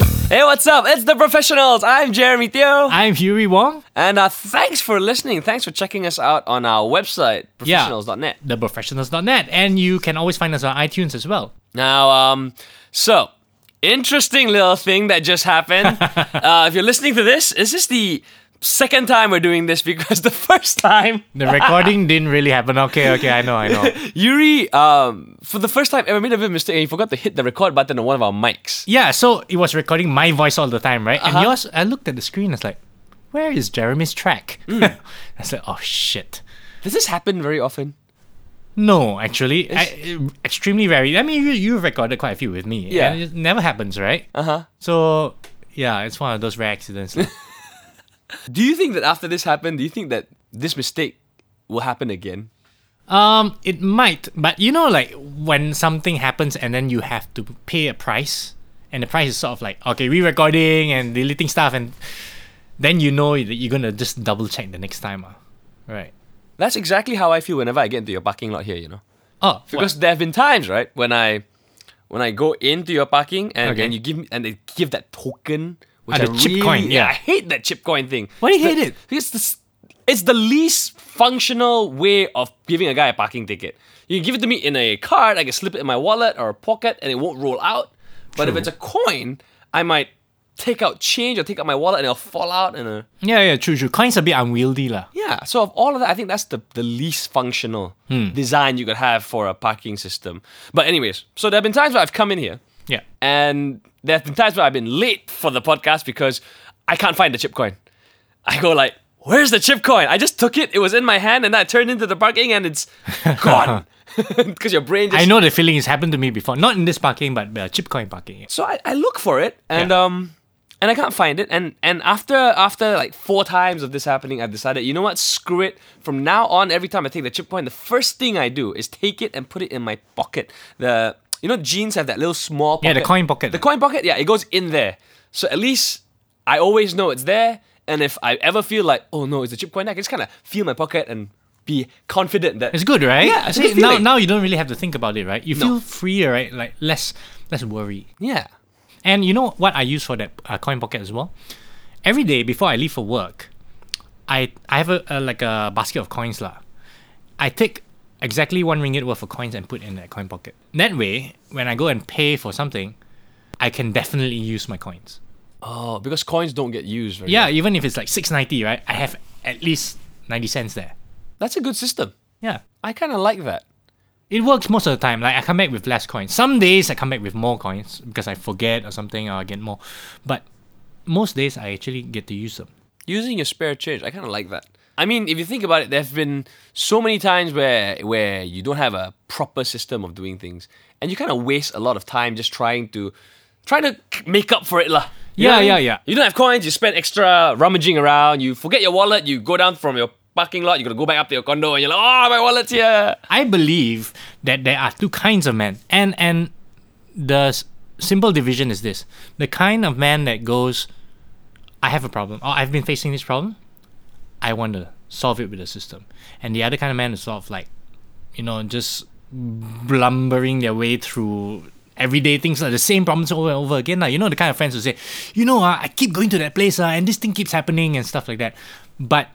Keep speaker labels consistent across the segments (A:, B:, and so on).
A: What's up? It's the professionals. I'm Jeremy Theo,
B: I'm Huey Wong,
A: and uh, thanks for listening. Thanks for checking us out on our website,
B: Yeah.
A: professionals.net.
B: theprofessionals.net, and you can always find us on iTunes as well.
A: Now, um, so interesting little thing that just happened. uh, if you're listening to this, is this the second time we're doing this? Because the first time,
B: The recording didn't really happen. Okay, okay, I know, I know.
A: Yuri, um, for the first time ever, made a bit of a mistake and he forgot to hit the record button on one of our mics.
B: Yeah, so it was recording my voice all the time, right? And yours, I looked at the screen, I was like, where is Jeremy's track? I said, oh shit.
A: Does this happen very often?
B: No, actually, I, extremely rarely. I mean, you you recorded quite a few with me.
A: Yeah.
B: and it never happens, right?
A: Uh huh.
B: So yeah, it's one of those rare accidents. lah.
A: Do you think that after this happened, do you think that this mistake will happen again?
B: um, it might, but you know, like when something happens and then you have to pay a price, and the price is sort of like okay, re-recording and deleting stuff, and then you know that you're gonna just double check the next time, ah. right?
A: That's exactly how I feel whenever I get into your parking lot here, you know.
B: Oh, because
A: Because there have been times, right, when I when I go into your parking and,
B: Okay.
A: and you give me and they give that token which
B: Ah, the
A: I
B: chip
A: really-
B: coin, yeah.
A: I hate that chip coin thing.
B: Why do you
A: It's
B: hate
A: the-
B: it?
A: Because the, s- it's the least functional way of giving a guy a parking ticket. You give it to me in a card, I can slip it in my wallet or a pocket and it won't roll out. But if it's a coin, I might take out change or take out my wallet and it'll fall out and uh,
B: yeah, yeah, true, true. Coins a bit unwieldy, lah.
A: yeah, so of all of that, I think that's the, the least functional design you could have for a parking system. But anyways, so there have been times where I've come in here,
B: Yeah.
A: and there have been times where I've been late for the podcast because I can't find the chip coin. I go like, "Where's the chip coin?" I just took it; it was in my hand, and I turned into the parking, and it's gone because your brain just
B: I know the feeling. It's happened to me before, not in this parking, but uh, chip coin parking. yeah.
A: So I, I look for it and
B: Yeah.
A: um and I can't find it and and after after like four times of this happening I've decided you know what screw it from now on every time I take the chip coin the first thing I do is take it and put it in my pocket the you know jeans have that little small pocket.
B: Yeah, the coin pocket.
A: the coin pocket yeah it goes in there so at least I always know it's there and if I ever feel like oh no it's a chip coin I can just kind of feel my pocket and be confident that
B: It's good, right?
A: Yeah, it's a
B: See,
A: good
B: now
A: feeling.
B: now you don't really have to think about it, right? You feel freer, right? Like less less worry.
A: yeah
B: And you know what I use for that uh, coin pocket as well? Every day before I leave for work, I I have a, a like a basket of coins lah. I take exactly one ringgit worth of coins and put in that coin pocket. That way, when I go and pay for something, I can definitely use my coins.
A: oh because coins don't get used very
B: Yeah, even if it's like six ninety, right? I have at least ninety cents there.
A: that's a good system
B: Yeah.
A: I kind of like that
B: It works most of the time. Like I come back with less coins. Some days I come back with more coins because I forget or something or I get more. But most days I actually get to use them.
A: using your spare change. I kind of like that. I mean, if you think about it, there have been so many times where where you don't have a proper system of doing things, and you kind of waste a lot of time just trying to trying to k- make up for it, lah. You know
B: Yeah,
A: what I mean?
B: yeah, yeah.
A: You don't have coins, you spend extra rummaging around. You forget your wallet, you go down from your parking lot, you gotta go back up to your condo, and you're like, oh, my wallet's here.
B: I believe that there are two kinds of men, and and the s- simple division is this: the kind of man that goes, "I have a problem, or I've been facing this problem, I want to solve it with a system," and the other kind of man is sort of like, you know, just blumbering their way through. Everyday things like the same problems over and over again. Like, you know, the kind of friends who say, you know, ah, I keep going to that place ah, and this thing keeps happening and stuff like that. But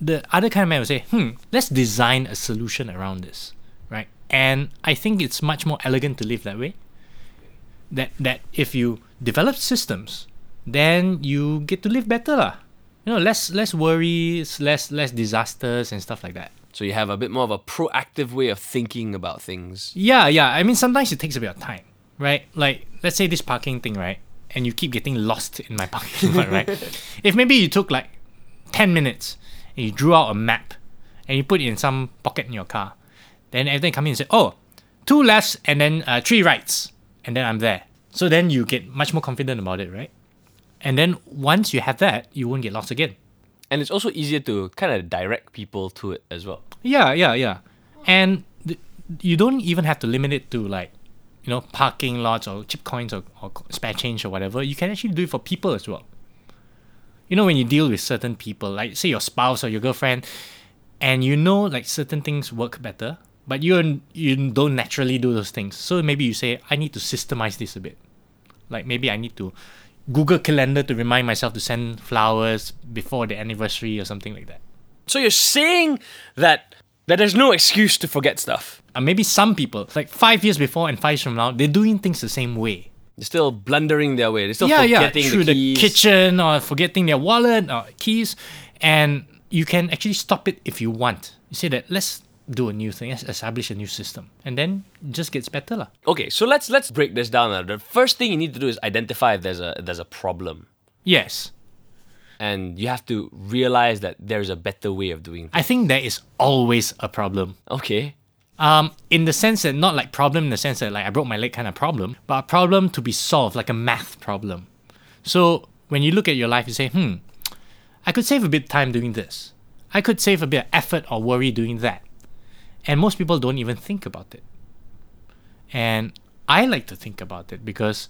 B: the other kind of man will say, hmm, let's design a solution around this, right? And I think it's much more elegant to live that way. That that if you develop systems, then you get to live better, lah. You know, less less worries, less less disasters and stuff like that.
A: So you have a bit more of a proactive way of thinking about things.
B: Yeah, yeah. I mean, sometimes it takes a bit of time, right? Like, let's say this parking thing, right? And you keep getting lost in my parking lot, right? If maybe you took like 10 minutes and you drew out a map and you put it in some pocket in your car, then everything come in and say, oh, two lefts and then uh, three rights, and then I'm there. So then you get much more confident about it, right? And then once you have that, you won't get lost again.
A: And it's also easier to kind of direct people to it as well.
B: Yeah, yeah, yeah. And th- you don't even have to limit it to like, you know, parking lots or chip coins or, or co- spare change or whatever. You can actually do it for people as well. You know, when you deal with certain people, like say your spouse or your girlfriend, and you know like certain things work better, but you you don't naturally do those things. So maybe you say, I need to systemize this a bit. Like maybe I need to Google Calendar to remind myself to send flowers before the anniversary or something like that.
A: So you're saying that that there's no excuse to forget stuff.
B: Uh, maybe some people, like five years before and five years from now, they're doing things the same way.
A: They're still blundering their way. They're still
B: yeah, yeah,
A: forgetting
B: through
A: the,
B: the,
A: keys.
B: kitchen or forgetting their wallet or keys, and you can actually stop it if you want. You say that let's do a new thing, let's establish a new system, and then it just gets better lah.
A: Okay, so let's let's break this down. now. The first thing you need to do is identify if there's a there's a problem,
B: Yes,
A: and you have to realize that there's a better way of doing.
B: I think there is always a problem.
A: Okay,
B: Um, in the sense that not like problem in the sense that like I broke my leg kind of problem, but a problem to be solved, like a math problem. So when you look at your life, you say, hmm, I could save a bit of time doing this. I could save a bit of effort or worry doing that. And most people don't even think about it. And I like to think about it because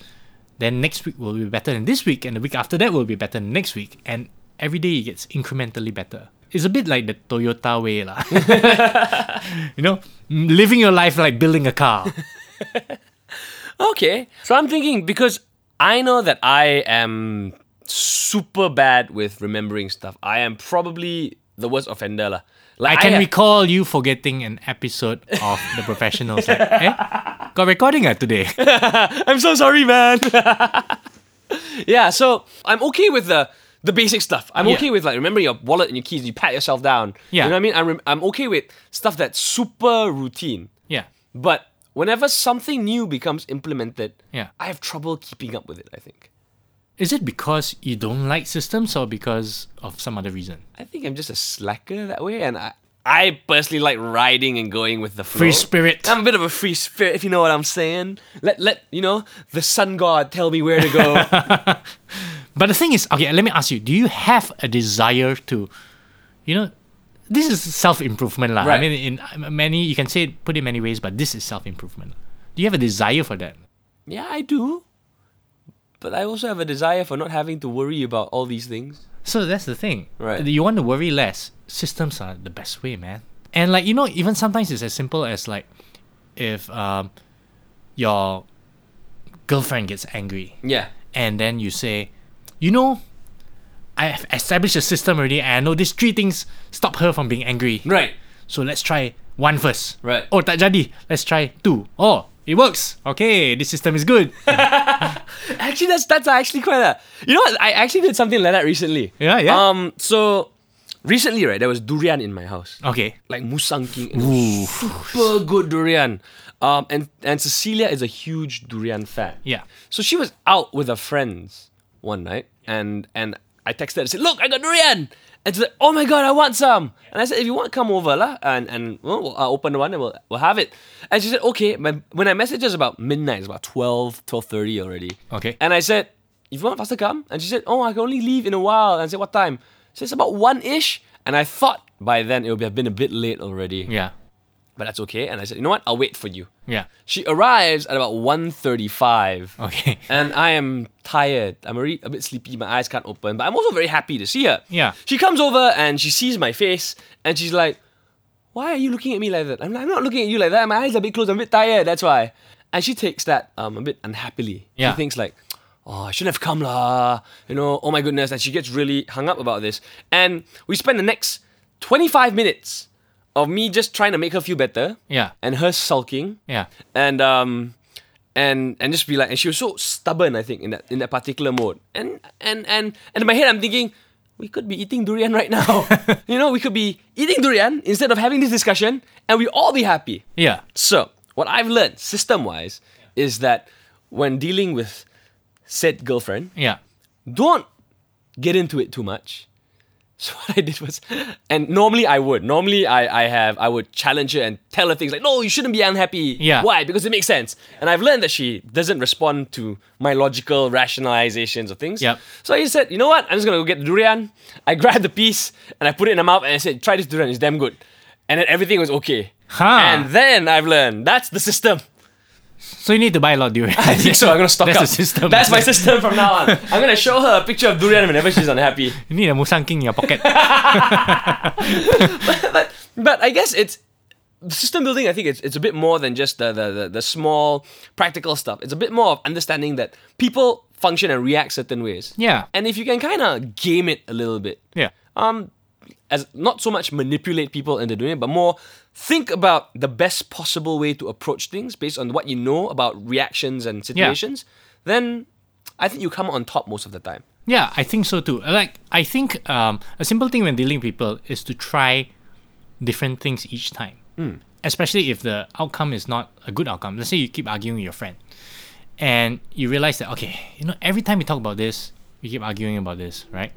B: then next week will be better than this week, and the week after that will be better than next week. And every day it gets incrementally better. It's a bit like the Toyota way, lah. you know, m- living your life like building a car.
A: okay. So I'm thinking because I know that I am super bad with remembering stuff. I am probably the worst offender lah.
B: I
A: Like
B: can
A: have-
B: recall you forgetting an episode of The Professionals. Like, eh? Got recording ah today.
A: I'm so sorry, man. yeah, so I'm okay with the the basic stuff. I'm
B: Yeah.
A: okay with like remember your wallet and your keys. You pat yourself down. you
B: Yeah.
A: know what I mean. I'm rem- I'm okay with stuff that's super routine.
B: Yeah.
A: But whenever something new becomes implemented,
B: Yeah.
A: I have trouble keeping up with it. I think.
B: Is it because you don't like systems or because of some other reason?
A: I think I'm just a slacker that way, and I I personally like riding and going with the flow.
B: Free spirit.
A: I'm a bit of a free spirit, if you know what I'm saying. Let let you know the sun god tell me where to go.
B: But the thing is, okay, let me ask you, do you have a desire to, you know, this is self improvement, lah. I
A: Right.
B: mean, in uh, many, you can say it, put it many ways, but this is self improvement. Do you have a desire for that?
A: Yeah, I do. But I also have a desire for not having to worry about all these things.
B: So that's the thing.
A: Right.
B: You want to worry less. Systems are the best way, man. And like you know, even sometimes it's as simple as like, if um, your girlfriend gets angry,
A: Yeah.
B: and then you say, you know, I have established a system already, and I know these three things stop her from being angry.
A: Right.
B: So let's try one first.
A: Right.
B: Oh, tak jadi. Let's try two. Oh, it works. Okay, this system is good.
A: Actually, that's that's actually quite a. You know what? I actually did something like that recently.
B: Yeah, yeah.
A: Um. So, recently, right, there was durian in my house,
B: okay.
A: like musang king, and it was super good durian. Um. And and Cecilia is a huge durian fan.
B: Yeah.
A: So she was out with her friends one night, and and I texted her and said, "Look, I got durian." And she's like, "Oh my god, I want some." And I said, "If you want, come over lah, and and well, we'll- I'll open one and we'll we'll have it." And she said, "Okay." My- When I messaged her, it's about midnight, it's about 12, 12.30 already.
B: Okay.
A: And I said, "If you want faster, come." And she said, "Oh, I can only leave in a while." And I said, "What time?" She said, "It's about one ish." And I thought by then it would have been a bit late already,
B: Yeah.
A: but that's okay. And I said, "You know what? I'll wait for you."
B: Yeah.
A: She arrives at about 1.35.
B: Okay.
A: And I am tired. I'm already a bit sleepy. My eyes can't open. But I'm also very happy to see her.
B: Yeah.
A: She comes over and she sees my face and she's like, Why are you looking at me like that? I'm, like, I'm not looking at you like that. My eyes are a bit closed. I'm a bit tired. That's why. And she takes that um, a bit unhappily.
B: Yeah.
A: She thinks, like, Oh, I shouldn't have come, lah. You know, oh my goodness. And she gets really hung up about this. And we spend the next 25 minutes of me just trying to make her feel better
B: Yeah.
A: and her sulking
B: Yeah.
A: and um and and just be like and she was so stubborn i think in that in that particular mode and and and and in my head i'm thinking we could be eating durian right now you know we could be eating durian instead of having this discussion and we all be happy
B: Yeah.
A: so what i've learned system wise is that when dealing with said girlfriend
B: Yeah.
A: don't get into it too much. So what I did was, and normally I would. Normally I, I have I would challenge her and tell her things like, no, you shouldn't be unhappy.
B: Yeah.
A: Why? Because it makes sense. And I've learned that she doesn't respond to my logical rationalizations of things.
B: Yep.
A: So I just said, you know what? I'm just gonna go get the durian. I grabbed the piece and I put it in her mouth and I said, try this durian, it's damn good. And then everything was okay.
B: Huh.
A: And then I've learned that's the system.
B: So you need to buy a lot of durian.
A: I think so. I'm gonna stock
B: That's
A: up.
B: the system.
A: That's my system from now on. I'm gonna show her a picture of durian whenever she's unhappy.
B: You need a Musang King in your pocket.
A: but but I guess it's system building, I think it's, it's a bit more than just the, the, the, the small practical stuff. It's a bit more of understanding that people function and react certain ways.
B: Yeah.
A: And if you can kind of game it a little bit,
B: Yeah.
A: um, as not so much manipulate people into doing it, but more think about the best possible way to approach things based on what you know about reactions and situations, then I think you come on top most of the time.
B: Yeah, I think so too. Like, I think um, a simple thing when dealing with people is to try different things each time,
A: Hmm.
B: especially if the outcome is not a good outcome. Let's say you keep arguing with your friend, and you realize that okay, you know, every time we talk about this, we keep arguing about this, right?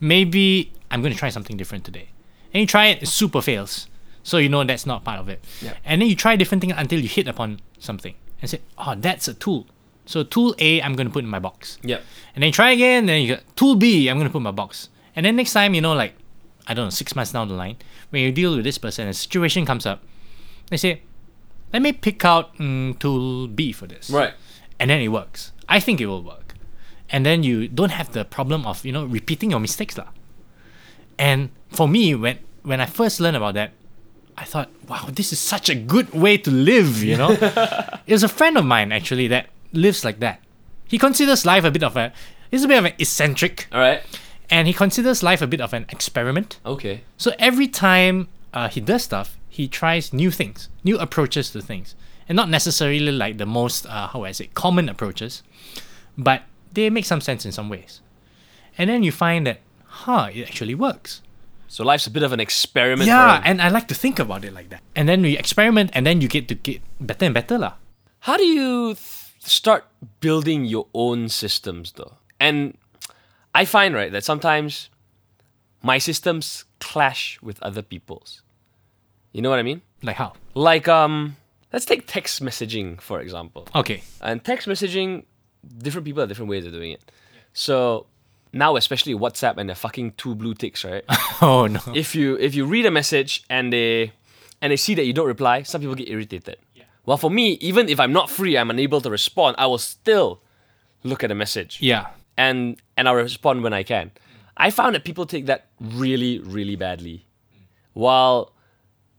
B: Maybe I'm going to try something different today, and you try it, it super fails, so you know that's not part of it.
A: Yeah.
B: And then you try different things until you hit upon something and say, oh, that's a tool. So tool A, I'm going to put in my box.
A: Yep.
B: And then try again, then you got tool B, I'm gonna put in my box. And then next time, you know, like I don't know, six months down the line, when you deal with this person and a situation comes up, they say, Let me pick out mm, tool B for this.
A: Right.
B: And then it works. I think it will work. And then you don't have the problem of, you know, repeating your mistakes. lah. And for me, when when I first learned about that, I thought, wow, this is such a good way to live, you know? it was a friend of mine actually that lives like that. He considers life a bit of a he's a bit of an eccentric
A: All right.
B: and he considers life a bit of an experiment.
A: Okay.
B: So every time uh, he does stuff, he tries new things, new approaches to things, and not necessarily like the most uh, how I say common approaches, but they make some sense in some ways. And then you find that, huh, it actually works.
A: So life's a bit of an experiment.
B: Yeah,
A: for him.
B: and I like to think about it like that. And then we experiment, and then you get to get better and better, lah.
A: How do you th- start building your own systems though? And I find right that sometimes my systems clash with other people's. You know what I mean?
B: Like how?
A: Like um let's take text messaging for example.
B: Okay.
A: And text messaging, different people have different ways of doing it. So now, especially WhatsApp and the fucking two blue ticks, right?
B: Oh no.
A: if you if you read a message and they and they see that you don't reply, some people get irritated. Well, for me, even if I'm not free, I'm unable to respond. I will still look at a message
B: Yeah.
A: and and I'll respond when I can. I found that people take that really, really badly. While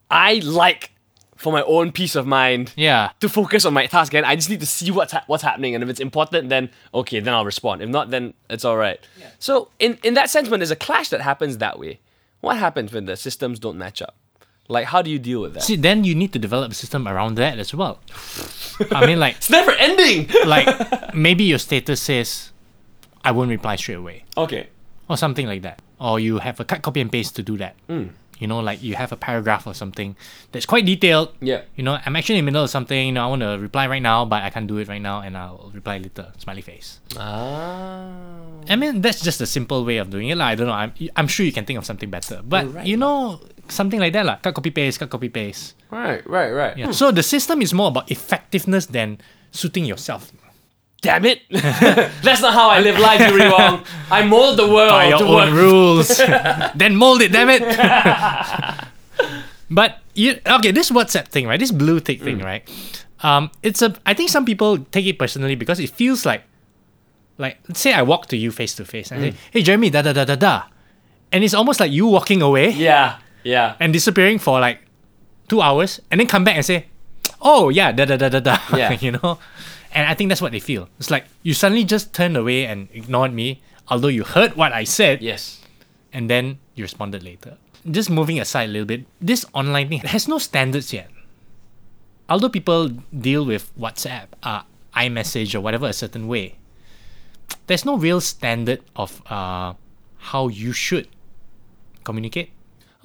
A: I like for my own peace of mind
B: Yeah.
A: to focus on my task and I just need to see what's ha- what's happening and if it's important then okay then I'll respond if not then it's all right so in in that sense when there's a clash that happens that way what happens when the systems don't match up like how do you deal with that
B: See, then you need to develop a system around that as well. I mean, like,
A: it's never ending
B: like maybe your status says, "I won't reply straight away,"
A: okay
B: or something like that. Or you have a cut, copy, and paste to do that. You know, like you have a paragraph or something that's quite detailed.
A: Yeah.
B: You know, I'm actually in the middle of something. You know, I want to reply right now, but I can't do it right now, and I'll reply later. Smiley face.
A: ah
B: I mean, that's just a simple way of doing it. lah. I don't know. I'm, I'm sure you can think of something better. But,
A: right.
B: you know, something like that. lah. Cut, copy, paste, cut, copy, paste.
A: right right right
B: Yeah. So the system is more about effectiveness than suiting yourself.
A: damn it that's not how I live life Yuri Wong I mold the world
B: by your
A: to work
B: own rules. then mold it, damn it. but you okay, this WhatsApp thing, right? This blue tick thing, right? Um, it's a I think some people take it personally because it feels like like let's say I walk to you face to face and I say, Hey Jeremy, da da da da da and it's almost like you walking away
A: yeah yeah
B: and disappearing for like two hours and then come back and say, Oh yeah, da da da da da
A: Yeah.
B: you know? And I think that's what they feel. It's like you suddenly just turned away and ignored me, although you heard what I said
A: yes
B: and then you responded later. Just moving aside a little bit, this online thing has no standards yet. Although people deal with WhatsApp, uh, iMessage, or whatever a certain way, there's no real standard of uh, how you should communicate.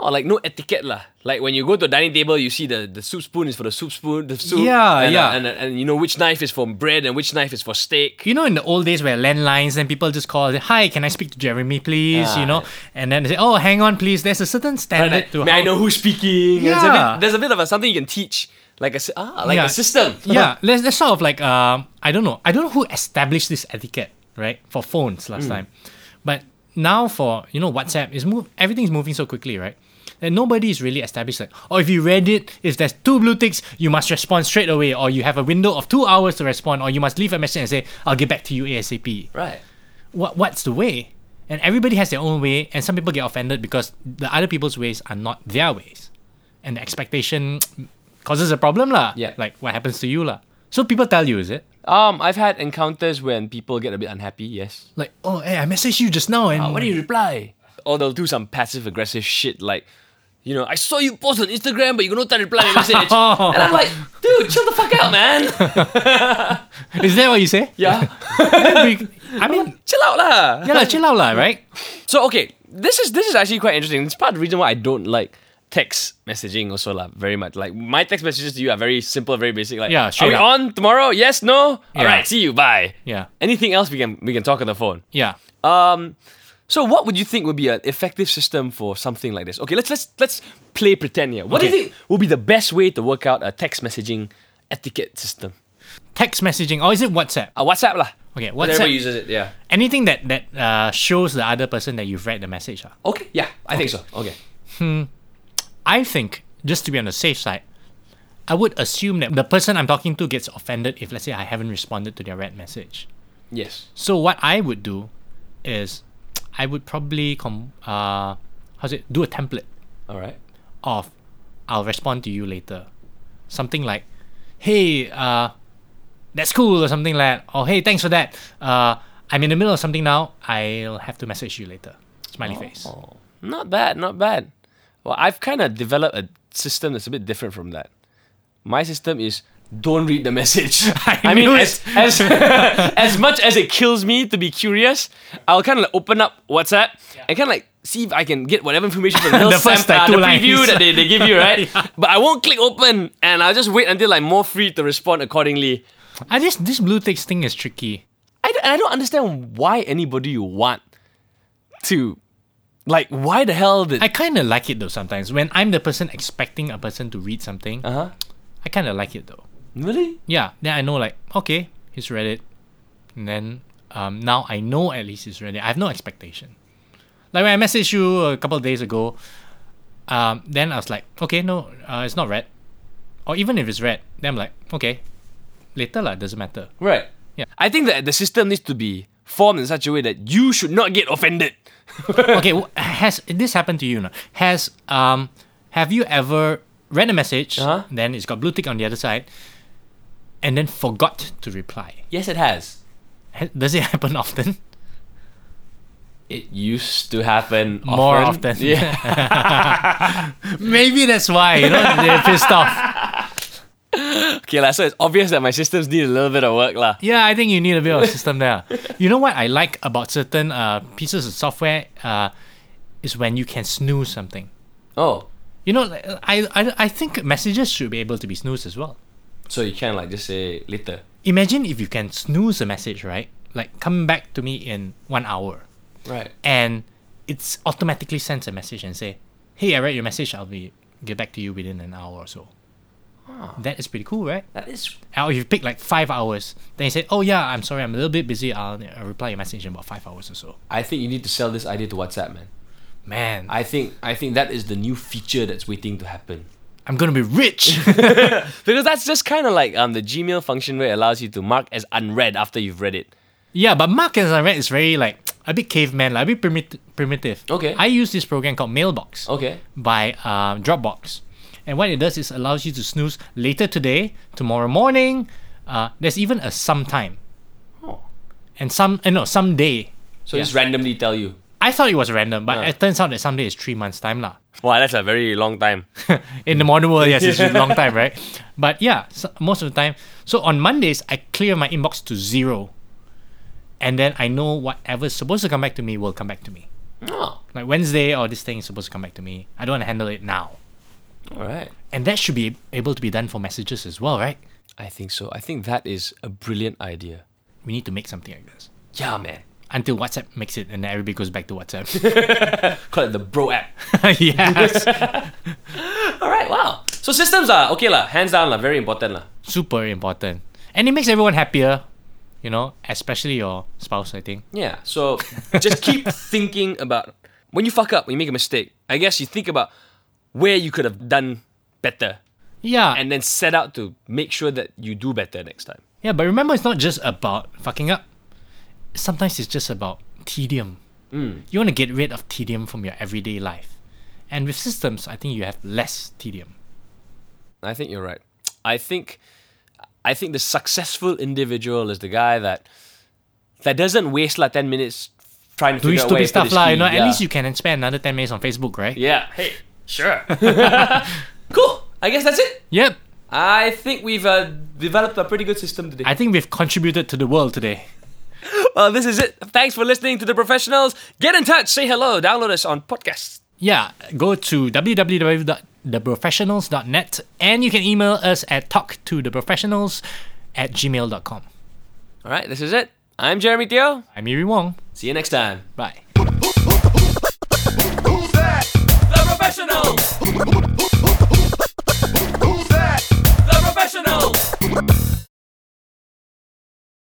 A: Oh, like no etiquette lah. Like when you go to a dining table, you see the, the soup spoon is for the soup spoon, the soup.
B: Yeah,
A: and, uh,
B: yeah.
A: and, uh, and you know which knife is for bread and which knife is for steak.
B: You know, in the old days where landlines and people just call, say, "Hi, can I speak to Jeremy, please?"
A: Ah, Yeah.
B: You know, and then they say, "Oh, hang on, please." There's a certain standard
A: Like,
B: to
A: may
B: how
A: I know who's speaking? It's a
B: Yeah.
A: bit- there's a bit of a something you can teach, like a sy- ah, like
B: Yeah.
A: a system.
B: yeah, let's, let's sort of like um, I don't know, I don't know who established this etiquette right for phones
A: Mm.
B: last time, but now for you know WhatsApp is move everything's moving so quickly right that nobody is really established like oh if you read it if there's two blue ticks you must respond straight away or you have a window of two hours to respond or you must leave a message and say I'll get back to you asap.
A: right.
B: What what's the way? And everybody has their own way, and some people get offended because the other people's ways are not their ways, and the expectation causes a problem lah.
A: Yeah.
B: Like what happens to you lah. So people tell you, is it?
A: Um, I've had encounters when people get a bit unhappy. Yes.
B: Like, oh, hey, I messaged you just now and
A: Ah, What do you reply? Or they'll do some passive aggressive shit like, you know, I saw you post on Instagram, but you got no time to reply my message. and I'm like, dude, chill the fuck out, man.
B: is that what you say?
A: yeah,
B: I mean,
A: chill out lah.
B: yeah, lah, chill out lah, right?
A: So okay, this is this is actually quite interesting. It's part of the reason why I don't like text messaging also lah very much. Like my text messages to you are very simple, very basic. Like
B: Yeah,
A: are
B: straight
A: we
B: up.
A: on tomorrow? Yes, no. All
B: Yeah.
A: right, see you. Bye.
B: Yeah.
A: Anything else we can we can talk on the phone.
B: Yeah.
A: Um, so what would you think would be an effective system for something like this? Okay, let's let's let's play pretend here. What do
B: Okay.
A: you think would be the best way to work out a text messaging etiquette system?
B: Text messaging, or is it WhatsApp?
A: Uh, WhatsApp lah.
B: Okay,
A: Everybody
B: WhatsApp.
A: uses it. Yeah.
B: Anything that that uh, shows the other person that you've read the message. ah.
A: Okay. Yeah, I think so. Okay.
B: I think, just to be on the safe side, I would assume that the person I'm talking to gets offended if, let's say, I haven't responded to their red message.
A: Yes.
B: So what I would do is, I would probably com- uh, how's it? Do a template
A: All right.
B: of, I'll respond to you later, something like, hey, uh, that's cool or something like, that. or hey, thanks for that. Uh, I'm in the middle of something now. I'll have to message you later. Smiley face.
A: Not bad, not bad. Well, I've kind of developed a system that's a bit different from that. My system is don't read the message. I, mean,
B: knew
A: as, as, as much as it kills me to be curious, I'll kind of like open up WhatsApp and kind of like see if I can get whatever information from the, little
B: first,
A: sample-
B: like,
A: uh,
B: two
A: the preview
B: lines.
A: that they, they give you, right? But I won't click open and I'll just wait until I'm more free to respond accordingly.
B: I just this blue text thing is tricky.
A: I don't, I don't understand why anybody you want to, like, why the hell did.
B: I kind of like it though sometimes when I'm the person expecting a person to read something.
A: uh huh.
B: I kind of like it though.
A: Really?
B: Yeah, then I know like okay, he's read it, and then um, now I know at least he's read it. I have no expectation. Like when I messaged you a couple of days ago, um, then I was like, okay, no, uh, it's not read, or even if it's read, then I'm like, okay, later lah, doesn't matter.
A: Right.
B: Yeah.
A: I think that the system needs to be formed in such a way that you should not get offended.
B: okay, wh- has this happened to you? No? Has um, have you ever read a message,
A: Uh-huh.
B: then it's got blue tick on the other side, and then forgot to reply?
A: Yes, it has.
B: Ha- Does it happen often?
A: It used to happen
B: More often.
A: Yeah.
B: Maybe that's why you know they're pissed off.
A: okay, lah. so it's obvious that my systems need a little bit of work, lah.
B: Yeah, I think you need a bit of a system there. You know what I like about certain uh, pieces of software uh, is when you can snooze something.
A: Oh,
B: You know, like, I, I I think messages should be able to be snoozed as well.
A: so you can like just say later.
B: Imagine if you can snooze a message, right? Like come back to me in one hour.
A: Right.
B: and it's automatically sends a message and say, "Hey, I read your message. I'll be get back to you within an hour or so." That is pretty cool, right?
A: That is.
B: Or if you pick like five hours, then you say, "Oh yeah, I'm sorry, I'm a little bit busy. I'll, I'll reply your message in about five hours or so."
A: I think you need to sell this idea to WhatsApp, man.
B: Man, I,
A: I think I think that is the new feature that's waiting to happen.
B: am gonna be rich.
A: Because that's just kind of like um the Gmail function where it allows you to mark as unread after you've read it.
B: yeah, but Mark as I read is very like a bit caveman, like a bit primit- primitive.
A: Okay.
B: I use this program called Mailbox.
A: Okay.
B: by um, Dropbox. And what it does is allows you to snooze later today, tomorrow morning. Uh, there's even a sometime.
A: Oh.
B: And some, uh, no, someday.
A: So just randomly tell you.
B: I thought it was random, but
A: Yeah.
B: it turns out that someday is three months' time. lah.
A: Wow, that's a very long time.
B: In the modern world, yes, it's a long time, right? But yeah, so, most of the time. So on Mondays, I clear my inbox to zero. And then I know whatever's supposed to come back to me will come back to me.
A: Oh,
B: Like Wednesday, or this thing is supposed to come back to me. I don't want to handle it now.
A: all right.
B: And that should be able to be done for messages as well, right?
A: I think so. I think that is a brilliant idea.
B: we need to make something like this
A: Yeah, man.
B: until WhatsApp makes it, and then everybody goes back to WhatsApp.
A: Call it the bro app.
B: yes,
A: All right, wow. So systems are okay lah, hands down lah, very important lah.
B: super important, and it makes everyone happier. You know, especially your spouse. I think
A: Yeah. So just keep thinking about when you fuck up, when you make a mistake. I guess you think about where you could have done better,
B: yeah,
A: and then set out to make sure that you do better next time.
B: yeah. But remember, it's not just about fucking up. Sometimes it's just about tedium.
A: Mm.
B: You want to get rid of tedium from your everyday life, and with systems, I think you have less tedium.
A: I think you're right. I think I think the successful individual is the guy that that doesn't waste like ten minutes trying to
B: Doing
A: figure out where
B: stupid
A: to put his
B: stuff lah. You
A: key.
B: know,
A: Yeah.
B: at least you can spend another ten minutes on Facebook, right?
A: Yeah. Hey. Sure. cool. I guess that's it.
B: Yep.
A: I think we've uh, developed a pretty good system today.
B: I think we've contributed to the world today.
A: Well, this is it. Thanks for listening to the professionals. Get in touch. Say hello. Download us on podcasts.
B: Yeah, go to www.theprofessionals.net and you can email us at talktotheprofessionals at gmail.com.
A: All right. This is it. I'm Jeremy Theo.
B: I'm Yuri Wong.
A: See you next time.
B: Bye.
C: Boop,